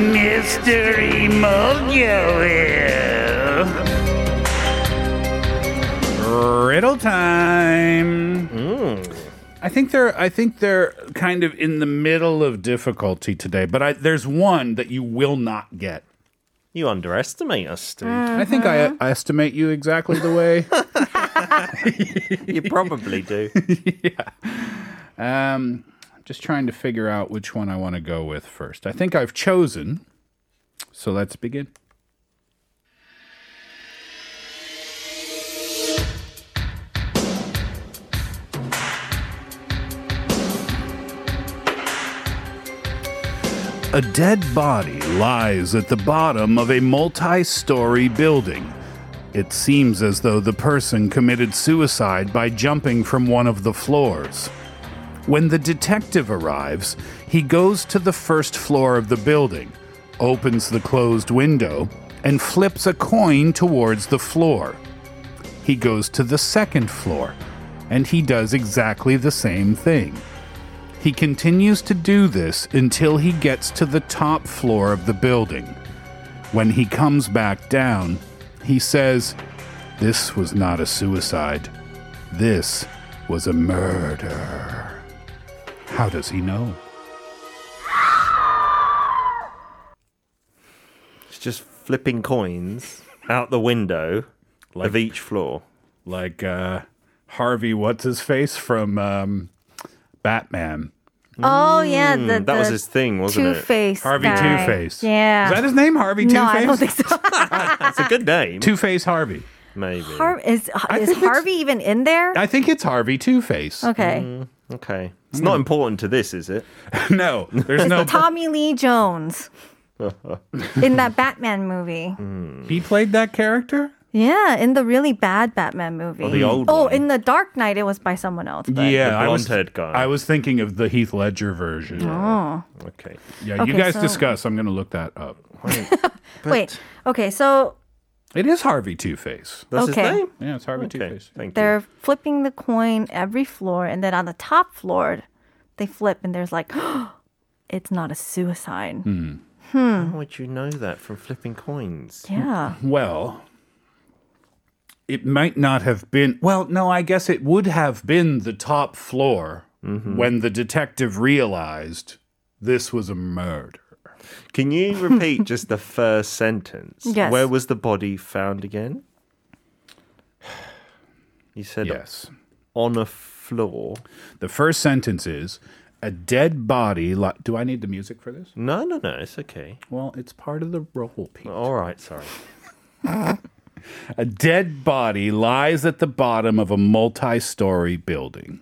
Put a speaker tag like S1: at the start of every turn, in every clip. S1: Mystery Mogul. Riddle time. I think they're I think they're kind of in the middle of difficulty today, but I, there's one that you will not get.
S2: You underestimate us, Steve.
S3: Mm.
S1: I think I, I estimate you exactly the way.
S2: You probably do.
S1: Um, just trying to figure out which one I want to go with first. I think I've chosen. So let's begin. A dead body lies at the bottom of a multi story building. It seems as though the person committed suicide by jumping from one of the floors. When the detective arrives, he goes to the first floor of the building, opens the closed window, and flips a coin towards the floor. He goes to the second floor, and he does exactly the same thing. He continues to do this until he gets to the top floor of the building. When he comes back down, he says, This was not a suicide. This was a murder. How does he know?
S2: It's just flipping coins out the window of each floor.
S1: Like uh, Harvey, what's his face from um, Batman?
S3: Oh yeah, the,
S2: Hmm, That was
S3: the
S2: his thing, wasn't it?
S3: Two-Face.
S1: Harvey
S3: guy.
S1: Two Face.
S3: Yeah.
S1: Is that his name? Harvey Two
S3: no, I don't
S1: Face?
S3: think so.
S2: It's a good name,
S1: Two Face Harvey.
S2: maybe.
S3: Har- is is
S1: think it's-
S3: Harvey even in there?
S1: I think it's Harvey Two Face.
S3: okay.
S2: Mm. Okay,
S3: Hmm.
S2: it's not important to this, is it?
S1: no, there's no.
S3: Tommy Lee Jones in that Batman movie.
S2: Mm.
S1: he played that character?
S3: Yeah, in the really bad Batman movie.
S2: the old
S3: Oh,
S2: one.
S3: in the Dark Knight, it was by someone else. But
S1: yeah, I was.
S2: blonde-haired guy.
S1: I was thinking of the Heath Ledger version.
S2: Okay.
S1: Yeah, you
S3: Oh, Okay,
S1: guys
S3: so-
S1: discuss. I'm going to look that up.
S3: wait. Okay, so
S1: It is Harvey Two Face.
S2: That's
S3: Okay.
S2: his name?
S1: Yeah, it's Harvey Two
S2: Okay,
S1: Face.
S2: thank you.
S3: they're flipping the coin every floor, and then on the top floor, they flip, and there's like, it's not a suicide.
S1: Hmm.
S2: How would you know that from flipping coins?
S3: Yeah.
S1: Well, it might not have been. Well, no, I guess it would have been the top floor when the detective realized this was a murder.
S2: Can you repeat just the first sentence?
S3: Yes.
S2: Where was the body found again? You said
S1: Yes.
S2: on a floor.
S1: The first sentence is a dead body. Li- Do I need the music for this?
S2: No, no, no. It's okay.
S1: Well, it's part of the role, Pete.
S2: All right. Sorry.
S1: A dead body lies at the bottom of a multi story building.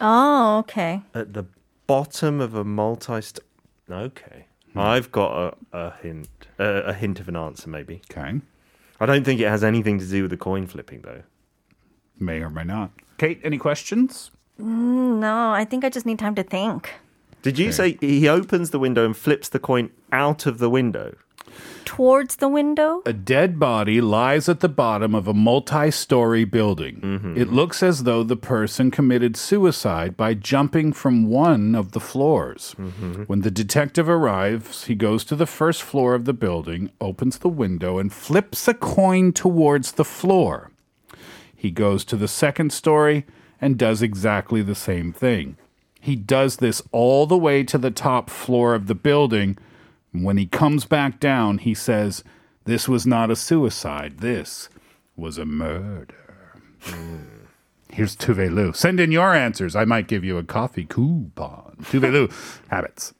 S3: Oh, okay.
S2: At the bottom of a multi. St- okay.
S1: Hmm.
S2: I've got a, a hint. Uh, a hint of an answer, maybe.
S1: Okay.
S2: I don't think it has anything to do with the coin flipping, though.
S1: May or may not. Kate, any questions?
S3: No, I think I just need time to think.
S2: Did
S1: Hmm.
S2: you say he opens the window and flips the coin out of the window?
S3: Towards the window.
S1: A dead body lies at the bottom of a multi story building. It looks as though the person committed suicide by jumping from one of the floors. When the detective arrives, he goes to the first floor of the building, opens the window, and flips a coin towards the floor. He goes to the second story and does exactly the same thing. He does this all the way to the top floor of the building. When he comes back down, he says, This was not a suicide. This was a murder. Here's Tuvelu. Send in your answers. I might give you a coffee coupon. Tuvelu, habits.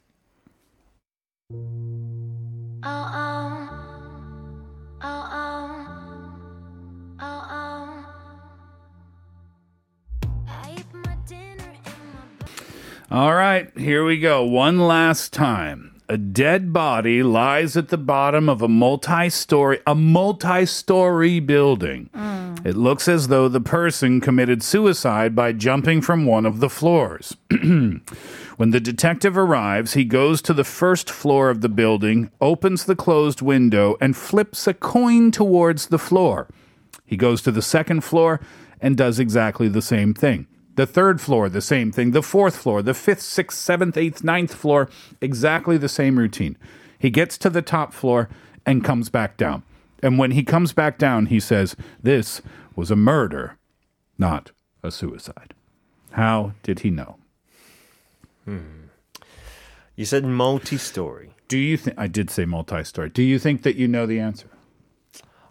S1: All right, here we go. One last time. A dead body lies at the bottom of a multi-story a multi-story building. It looks as though the person committed suicide by jumping from one of the floors. when the detective arrives, he goes to the first floor of the building, opens the closed window and flips a coin towards the floor. He goes to the second floor and does exactly the same thing. The third floor, the same thing. The fourth floor, the fifth, sixth, seventh, eighth, ninth floor, exactly the same routine. He gets to the top floor and comes back down. And when he comes back down, he says, This was a murder, not a suicide. How did he know?
S2: You said multi-story.
S1: Do you think I did say multi story? Do you think that you know the answer?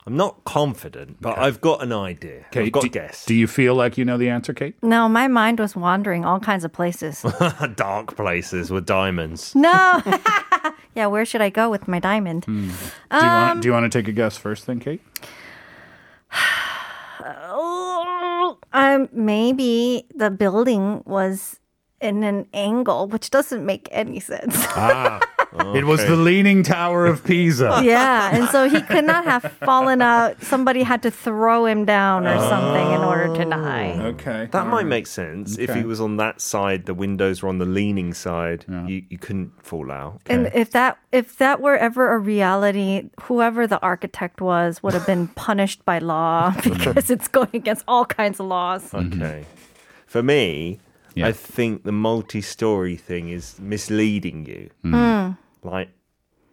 S2: I'm not confident, but I've got an idea. I've got
S1: do,
S2: a guess.
S1: Do you feel like you know the answer, Kate?
S3: No, my mind was wandering all kinds of places.
S2: Dark places with diamonds.
S3: no. yeah, where should I go with my diamond?
S1: Do you, want, do you want to take a guess first, then, Kate?
S3: Um, maybe the building was in an angle, which doesn't make any sense.
S1: It was the Leaning Tower of Pisa.
S3: yeah, and so he could not have fallen out. Somebody had to throw him down or something in order to die.
S1: okay.
S2: That might make sense if
S1: Okay.
S2: he was on that side. The windows were on the leaning side. You you couldn't fall out.
S3: And if that if that were ever a reality, whoever the architect was would have been punished by law because it's going against all kinds of laws.
S2: Okay. For me,
S1: Mm-hmm. Yeah.
S2: I think the multi-story thing is misleading you.
S1: Mm.
S2: Like,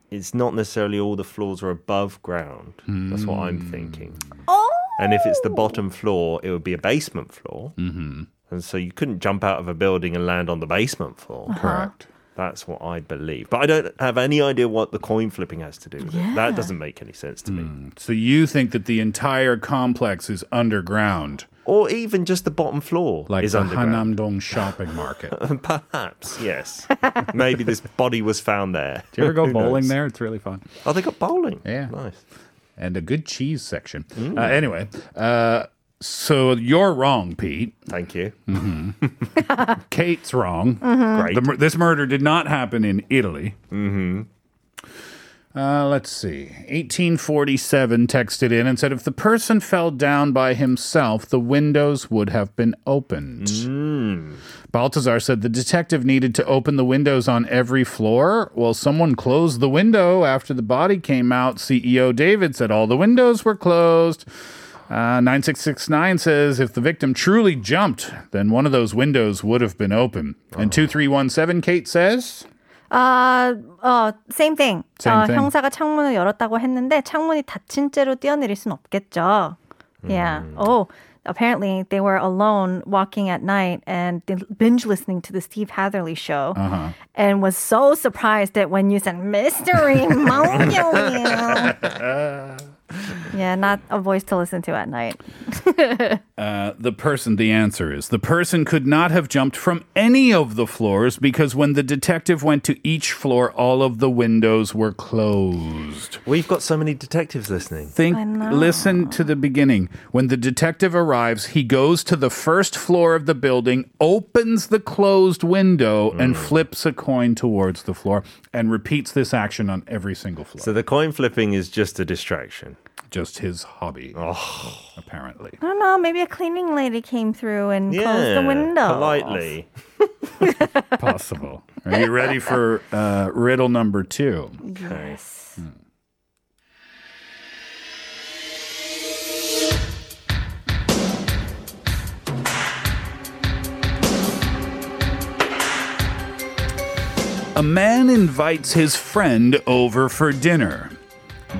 S2: it's not necessarily all the floors are above ground. That's what I'm thinking.
S3: Oh,
S2: And if it's the bottom floor, it would be a basement floor. Mm-hmm. And so you couldn't jump out of a building and land on the basement floor.
S1: Correct.
S2: That's what I believe. But I don't have any idea what the coin flipping has to do with it. That doesn't make any sense to me.
S1: So you think that the entire complex is underground,
S2: Or even just the bottom floor
S1: like
S2: is
S1: the
S2: underground.
S1: Hanamdong shopping market?
S2: Perhaps, yes. Maybe this body was found there.
S1: Do you ever go
S2: Who
S1: bowling
S2: knows?
S1: there? It's really fun.
S2: Oh, they got bowling.
S1: Yeah.
S2: Nice.
S1: And a good cheese section. Uh, anyway, uh, so you're wrong, Pete.
S2: Thank you.
S3: Mm.
S1: Kate's wrong.
S2: Great.
S1: The, mur- this murder did not happen in Italy. Mm-hmm. Uh, let's see. 1847 texted in and said if the person fell down by himself, the windows would have been opened. Baltazar said the detective needed to open the windows on every floor. Well, someone closed the window after the body came out. CEO David said all the windows were closed. Uh, 9669 says if the victim truly jumped, then one of those windows would have been open. And 2317, Kate says.
S3: 아, 어, same thing.
S1: Same
S3: 어,
S1: thing.
S3: 형사가 창문을 열었다고 했는데 창문이 닫힌 채로 뛰어내릴 순 없겠죠. Yeah. Oh, apparently they were alone walking at night and they binge listening to the Steve Hatherley show
S1: Uh-huh.
S3: and was so surprised that when you said mystery Mojo. yeah, not a voice to listen to at night.
S1: Uh, the person, the answer is the person could not have jumped from any of the floors because when the detective went to each floor, all of the windows were closed.
S2: We've got so many detectives listening.
S1: Think, listen to the beginning. When the detective arrives, he goes to the first floor of the building, opens the closed window, and flips a coin towards the floor and repeats this action on every single floor.
S2: So the coin flipping is just a distraction.
S1: Just his hobby, apparently.
S3: I don't know. Maybe a cleaning lady came through and closed the window
S2: Politely.
S1: Possible. Are you ready for uh, riddle number two?
S3: Yes.
S1: A man invites his friend over for dinner.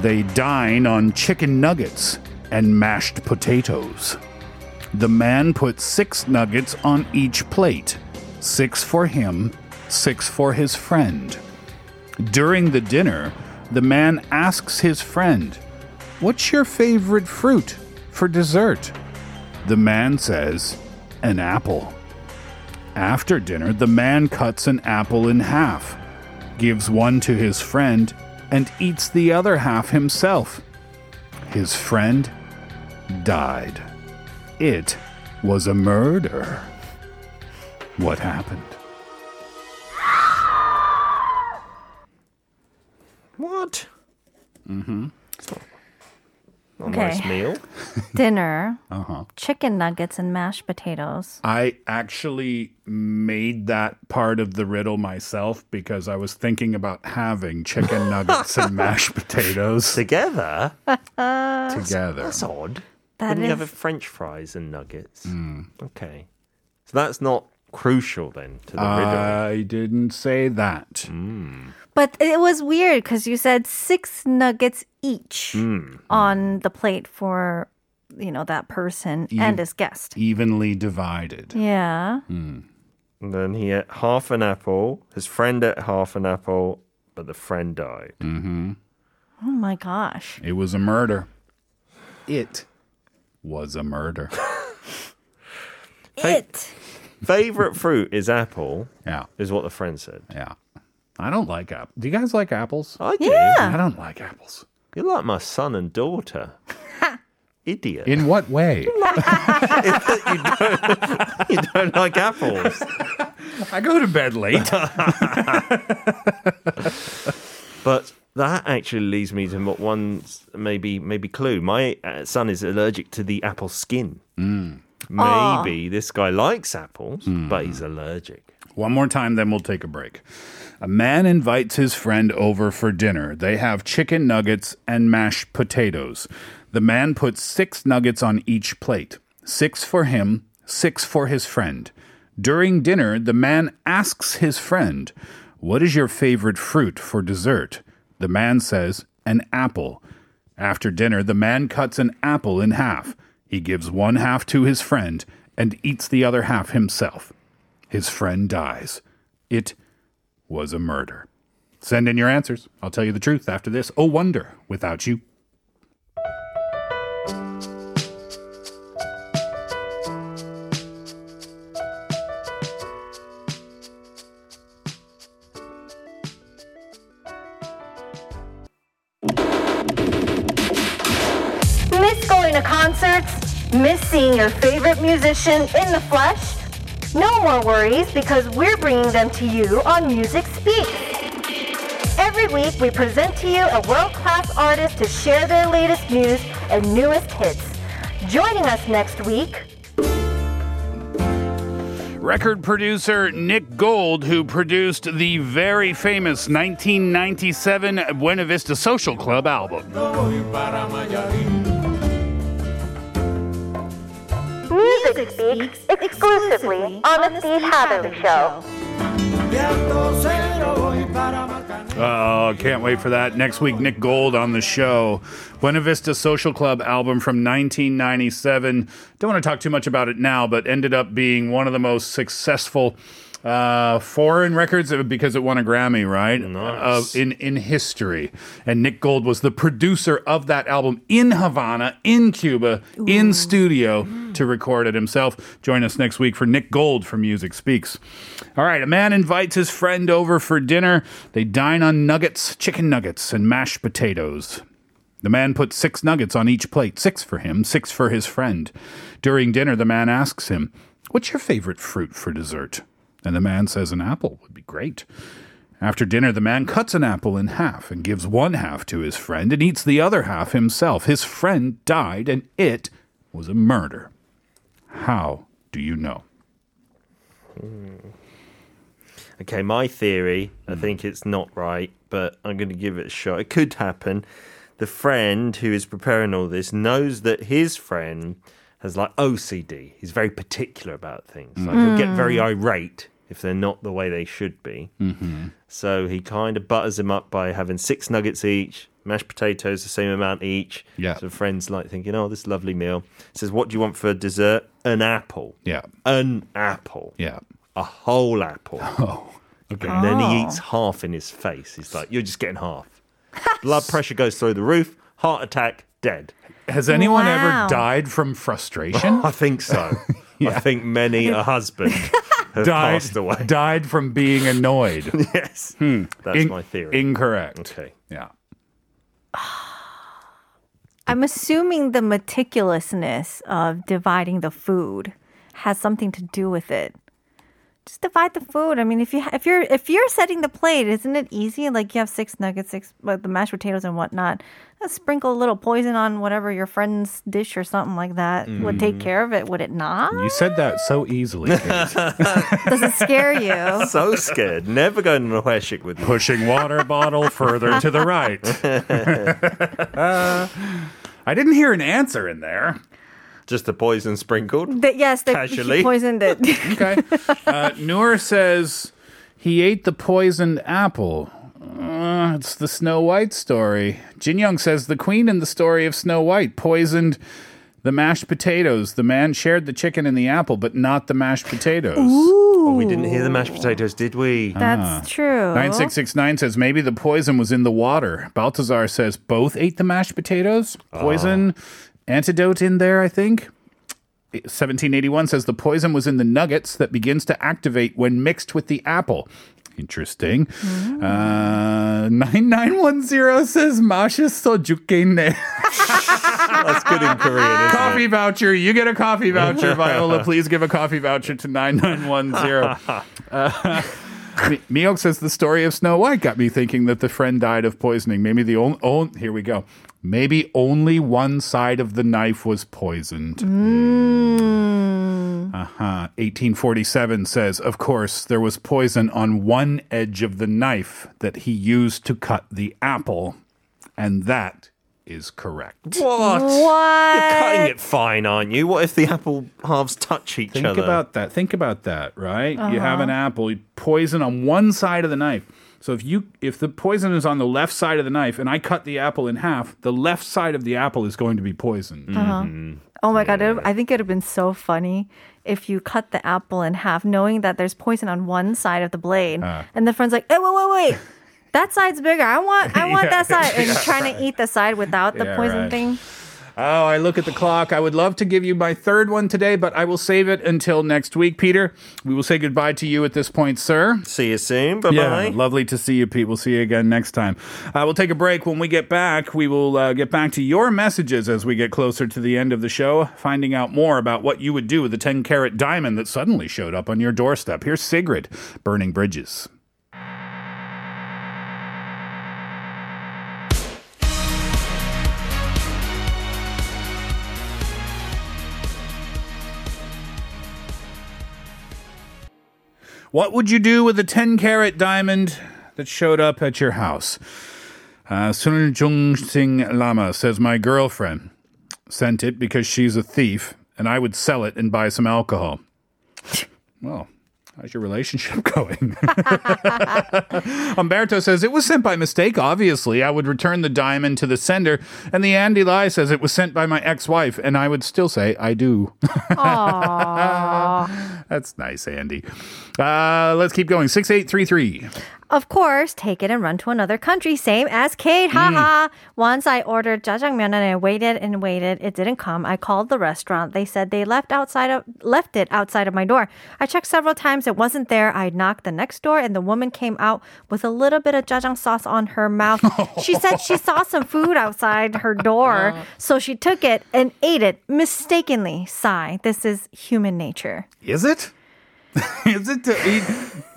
S1: They dine on chicken nuggets and mashed potatoes. The man puts six nuggets on each plate six for him, six for his friend. During the dinner, the man asks his friend, What's your favorite fruit for dessert? The man says, An apple. After dinner, the man cuts an apple in half, gives one to his friend, and eats the other half himself. His friend died. It was a murder. What happened?
S2: What? Mm-hmm.
S3: Okay.
S2: nice meal.
S3: dinner,
S1: Uh-huh.
S3: chicken nuggets and mashed potatoes.
S1: I actually made that part of the riddle myself because I was thinking about having chicken nuggets and mashed potatoes
S2: Together?
S1: together.
S2: That's odd.
S3: That
S2: Wouldn't you have
S3: is- Mm.
S2: a French fries and nuggets? Okay. So that's not crucial then to the
S3: Uh,
S2: riddle.
S1: I didn't say that.
S3: But it was weird because you said six nuggets each
S2: Hmm.
S3: on the plate for, you know, that person and his guest.
S1: Evenly divided.
S3: Yeah.
S2: hmm. And then he ate half an apple. His friend ate half an apple, but the friend died.
S3: Oh my gosh.
S1: It was a murder. It was a murder.
S2: Hey.
S3: It.
S2: Favorite fruit is apple,
S1: yeah.
S2: is what the friend said.
S1: Yeah. I don't like apples. Do you guys like apples?
S2: I do.
S1: I don't like apples.
S2: You're like my son and daughter. Idiot.
S1: In what way?
S2: you don't like apples.
S1: I go to bed late.
S2: But that actually leads me to what one s- maybe maybe clue. My uh, son is allergic to the apple skin. Maybe this guy likes apples, but he's allergic.
S1: One more time, then we'll take a break. A man invites his friend over for dinner. They have chicken nuggets and mashed potatoes. The man puts six nuggets on each plate six for him, six for his friend. During dinner, the man asks his friend, What is your favorite fruit for dessert? The man says, An apple. After dinner, the man cuts an apple in half. He gives one half to his friend and eats the other half himself. His friend dies. It was a murder. Send in your answers. I'll tell you the truth after this. Oh, wonder without you.
S4: Miss going to concerts? Miss seeing your favorite musician in the flesh? No more worries because we're bringing them to you on Music Speaks. Every week we present to you a world-class artist to share their latest news and newest hits. Joining us next week,
S1: Record producer Nick Gold, who produced the very famous 1997 Buena Vista Social Club album.
S4: Music Speaks exclusively on the Steve Hatherley Show.
S1: Oh, can't wait for that. Next week, Nick Gold on the show. Buena Vista Social Club album from 1997. Don't want to talk too much about it now, but ended up being one of the most successful uh, foreign records uh, because it won a Grammy, right?
S2: Nice.
S1: Uh, in, in history. And Nick Gold was the producer of that album in Havana, in Cuba, in studio to record it himself. Join us next week for Nick Gold from Music Speaks. All right, a man invites his friend over for dinner. They dine on nuggets, chicken nuggets, and mashed potatoes. The man puts six nuggets on each plate, six for him, six for his friend. During dinner, the man asks him, What's your favorite fruit for dessert? And the man says, An apple would be great. After dinner, the man cuts an apple in half and gives one half to his friend and eats the other half himself. His friend died, and it was a murder. How do you know?
S2: Okay, my theory,
S1: Hmm.
S2: I think it's not right, but I'm going to give it a shot. It could happen. The friend who is preparing all this knows that his friend has like OCD. He's very particular about things. Like he'll get very
S1: Hmm.
S2: irate if they're not the way they should be.
S1: Mm-hmm.
S2: So he kind of butters him up by having six nuggets each, mashed potatoes the same amount each.
S1: Yeah.
S2: So the friend's like thinking, "Oh, this lovely meal." Says, "What do you want for dessert? An apple."
S1: Yeah.
S2: An apple
S1: Yeah.
S2: a whole apple.
S1: Oh, Okay.
S2: And then he eats half in his face. He's like, You're just getting half. Blood pressure goes through the roof, heart attack, dead.
S1: Has anyone
S3: Wow.
S1: ever died from frustration?
S2: I think so. I think many a husband have
S1: died,
S2: passed away.
S1: died from being annoyed.
S2: Yes. That's
S1: Hmm. In-
S2: my theory.
S1: Incorrect.
S2: Okay.
S1: Yeah.
S3: I'm assuming the meticulousness of dividing the food has something to do with it. Just divide the food. I mean, if you if you're if you're setting the plate, isn't it easy? Like you have six nuggets, six but the mashed potatoes and whatnot. Uh, sprinkle a little poison on whatever your friend's dish or something like that would take care of it, would it not?
S1: Mm. You said that so easily. Kate.
S3: Does it scare you?
S2: So scared. Never going on a hashik with me.
S1: Pushing water bottle further to the right. I didn't hear an answer in there.
S2: Just the poison sprinkled.
S3: That yes, they
S2: Casually.
S3: he poisoned it.
S1: Okay. Uh, Noor says he ate the poisoned apple. Uh, it's the Snow White story. Jin Young says the queen in the story of Snow White poisoned the mashed potatoes. The man shared the chicken and the apple, but not the mashed potatoes.
S2: Oh, we didn't hear the mashed potatoes, did we?
S3: That's true.
S1: 9669 says maybe the poison was in the water. Baltazar says both ate the mashed potatoes. Poison antidote in there, I think. 1781 says the poison was in the nuggets that begins to activate when mixed with the apple. Interesting. Uh, 9910 says Masha Sojukene.
S2: That's good in Korean, isn't
S1: coffee
S2: it?
S1: voucher. You get a coffee voucher, Viola. Please give a coffee voucher to 9910. Uh, Mi- Miok says the story of Snow White got me thinking that the friend died of poisoning. Maybe the only, on, here we go. Maybe only one side of the knife was poisoned. Uh-huh. 1847 says, of course, there was poison on one edge of the knife that he used to cut the apple. And that is correct.
S2: What? You're cutting it fine, aren't you? What if the apple halves touch each
S1: Think
S2: other?
S1: about that. Think about that, right? You have an apple, you poison on one side of the knife. So if you if the poison is on the left side of the knife and I cut the apple in half, the left side of the apple is going to be poisoned.
S3: Oh my god! It, I think it'd have been so funny if you cut the apple in half, knowing that there's poison on one side of the blade,
S1: Uh.
S3: and the friend's like, "Hey, wait, wait, wait! That side's bigger. I want, I want
S1: Yeah,
S3: that side." And trying to eat the side without the
S1: Yeah,
S3: poison
S1: right.
S3: thing.
S1: Oh, I look at the clock. I would love to give you my third one today, but I will save it until next week, Peter. We will say goodbye to you at this point, sir.
S2: See you soon. Bye bye.
S1: lovely to see you, Pete. We'll see you again next time. Uh, we'll take a break. When we get back, we will uh, get back to your messages as we get closer to the end of the show, finding out more about what you would do with a 10 carat diamond that suddenly showed up on your doorstep. Here's Sigrid, Burning Bridges. What would you do with a 10 carat diamond that showed up at your house? Uh, Sun Jung Sing Lama says, My girlfriend sent it because she's a thief, and I would sell it and buy some alcohol. well, how's your relationship going? Umberto says, It was sent by mistake, obviously. I would return the diamond to the sender. And the Andy Lai says, It was sent by my ex wife, and I would still say, I do. That's nice, Andy. Uh, let's keep going. 6833.
S3: Of course, take it and run to another country, same as Kate. Haha. Once I ordered jjajangmyeon and I waited and waited. It didn't come. I called the restaurant. They said they left outside of left it outside of my door. I checked several times. It wasn't there. I knocked the next door and the woman came out with a little bit of jjajang sauce on her mouth. she said she saw some food outside her door, so she took it and ate it mistakenly. Sigh. This is human nature.
S1: Is it? is it to eat?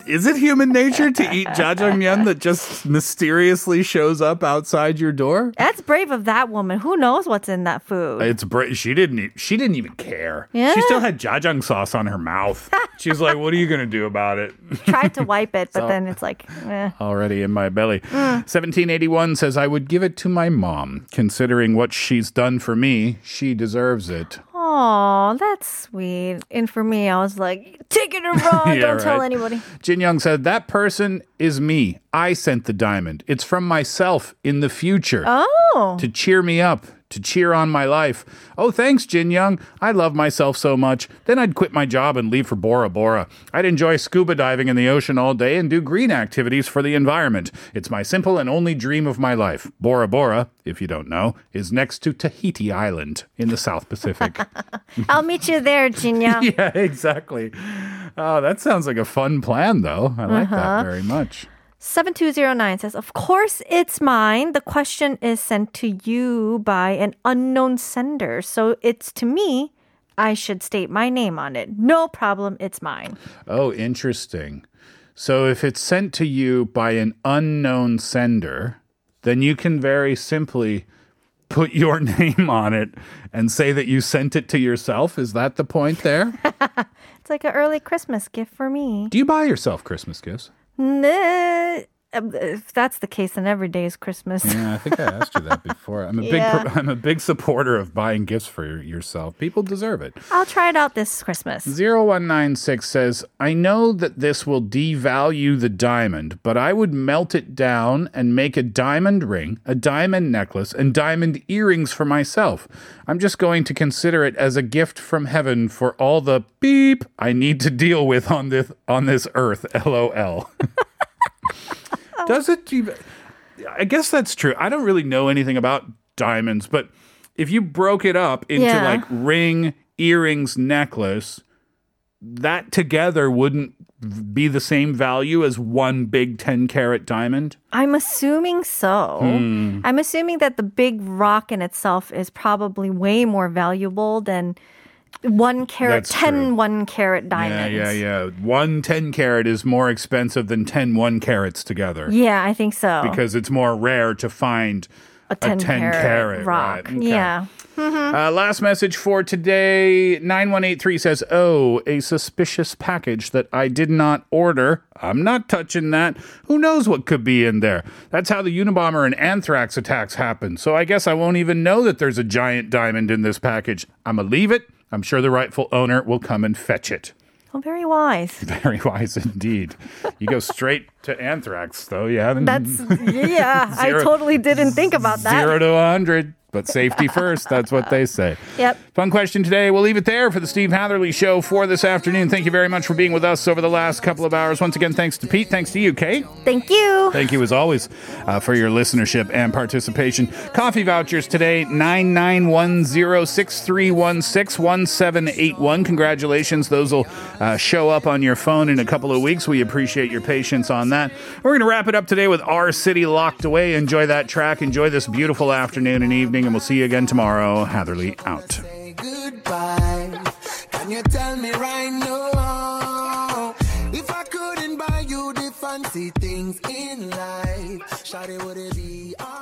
S1: Is it human nature to eat jajangmyeon that just mysteriously shows up outside your door?
S3: That's brave of that woman. Who knows what's in that food?
S1: It's bra- she didn't e- she didn't even care.
S3: Yeah.
S1: She still had jajang sauce on her mouth. She's like, "What are you gonna do about it?"
S3: tried to wipe it, but then it's like, eh.
S1: Already in my belly. 1781 says, "I would give it to my mom, considering what she's done for me. She deserves it."
S3: oh, that's sweet. And for me, I was like, take it or run,
S1: Yeah,
S3: don't tell
S1: right.
S3: anybody.
S1: Jin Young said, That person is me. I sent the diamond. It's from myself in the future.
S3: Oh,
S1: To cheer me up, to cheer on my life. Oh, thanks, Jin Young. I love myself so much. Then I'd quit my job and leave for Bora Bora. I'd enjoy scuba diving in the ocean all day and do green activities for the environment. It's my simple and only dream of my life. Bora Bora, if you don't know, is next to Tahiti Island in the South Pacific.
S3: I'll meet you there, Jinya.
S1: yeah, exactly. Oh, that sounds like a fun plan, though. I like that very much.
S3: 7209 says, Of course it's mine. The question is sent to you by an unknown sender. So it's to me. I should state my name on it. No problem. It's mine.
S1: Oh, interesting. So if it's sent to you by an unknown sender, then you can very simply put your name on it and say that you sent it to yourself. Is that the point there?
S3: It's like an early Christmas gift for me.
S1: Do you buy yourself Christmas gifts?
S3: Nah, um, if that's the case, then every day is Christmas.
S1: Yeah, I think I asked you that before. I'm a big
S3: Yeah.
S1: pro- I'm a big supporter of buying gifts for yourself. People deserve it.
S3: I'll try it out this Christmas.
S1: 0196 says, I know that this will devalue the diamond, but I would melt it down and make a diamond ring, a diamond necklace, and diamond earrings for myself. I'm just going to consider it as a gift from heaven for all the beep I need to deal with on this on this earth. LOL. Does it? deva- I guess that's true. I don't really know anything about diamonds, but if you broke it up into
S3: Yeah.
S1: like ring, earrings, necklace, that together wouldn't v- be the same value as one big 10 carat diamond.
S3: I'm assuming so.
S1: Hmm.
S3: I'm assuming that the big rock in itself is probably way more valuable than one carat,
S1: That's true.
S3: ten one carat diamonds.
S1: Yeah, yeah, yeah. One 10 carat is more expensive than 10 1 carats together
S3: Yeah, I think so.
S1: because it's more rare to find
S3: a 10, carat,
S1: carat,
S3: rock.
S1: right, okay.
S3: Yeah.
S1: Uh, last message for today 9183 says, Oh, a suspicious package that I did not order. I'm not touching that. Who knows what could be in there? That's how the Unabomber and anthrax attacks happened. So I guess I won't even know that there's a giant diamond in this package. I'm going to leave it. I'm sure the rightful owner will come and fetch it.
S3: Well, very wise.
S1: Very wise indeed. You go straight to anthrax, though. You haven't
S3: That's yeah.
S1: Zero-
S3: I totally didn't think about that.
S1: Zero to 100, but safety first. That's what they say.
S3: Yep.
S1: Fun question today. We'll leave it there for the Steve Hatherley Show for this afternoon. Thank you very much for being with us over the last couple of hours. Once again, thanks to Pete. Thanks to you, Kate.
S3: Thank you.
S1: Thank you, as always, uh, for your listenership and participation. Coffee vouchers today, 9910-631-61781. Congratulations. Those will uh, show up on your phone in a couple of weeks. We appreciate your patience on that. We're going to wrap it up today with Our City Locked Away. Enjoy that track. Enjoy this beautiful afternoon and evening, and we'll see you again tomorrow. Hatherley out.
S5: say goodbye. Can you tell me right now if I couldn't buy you the fancy things in life? Shawty, would it be alright?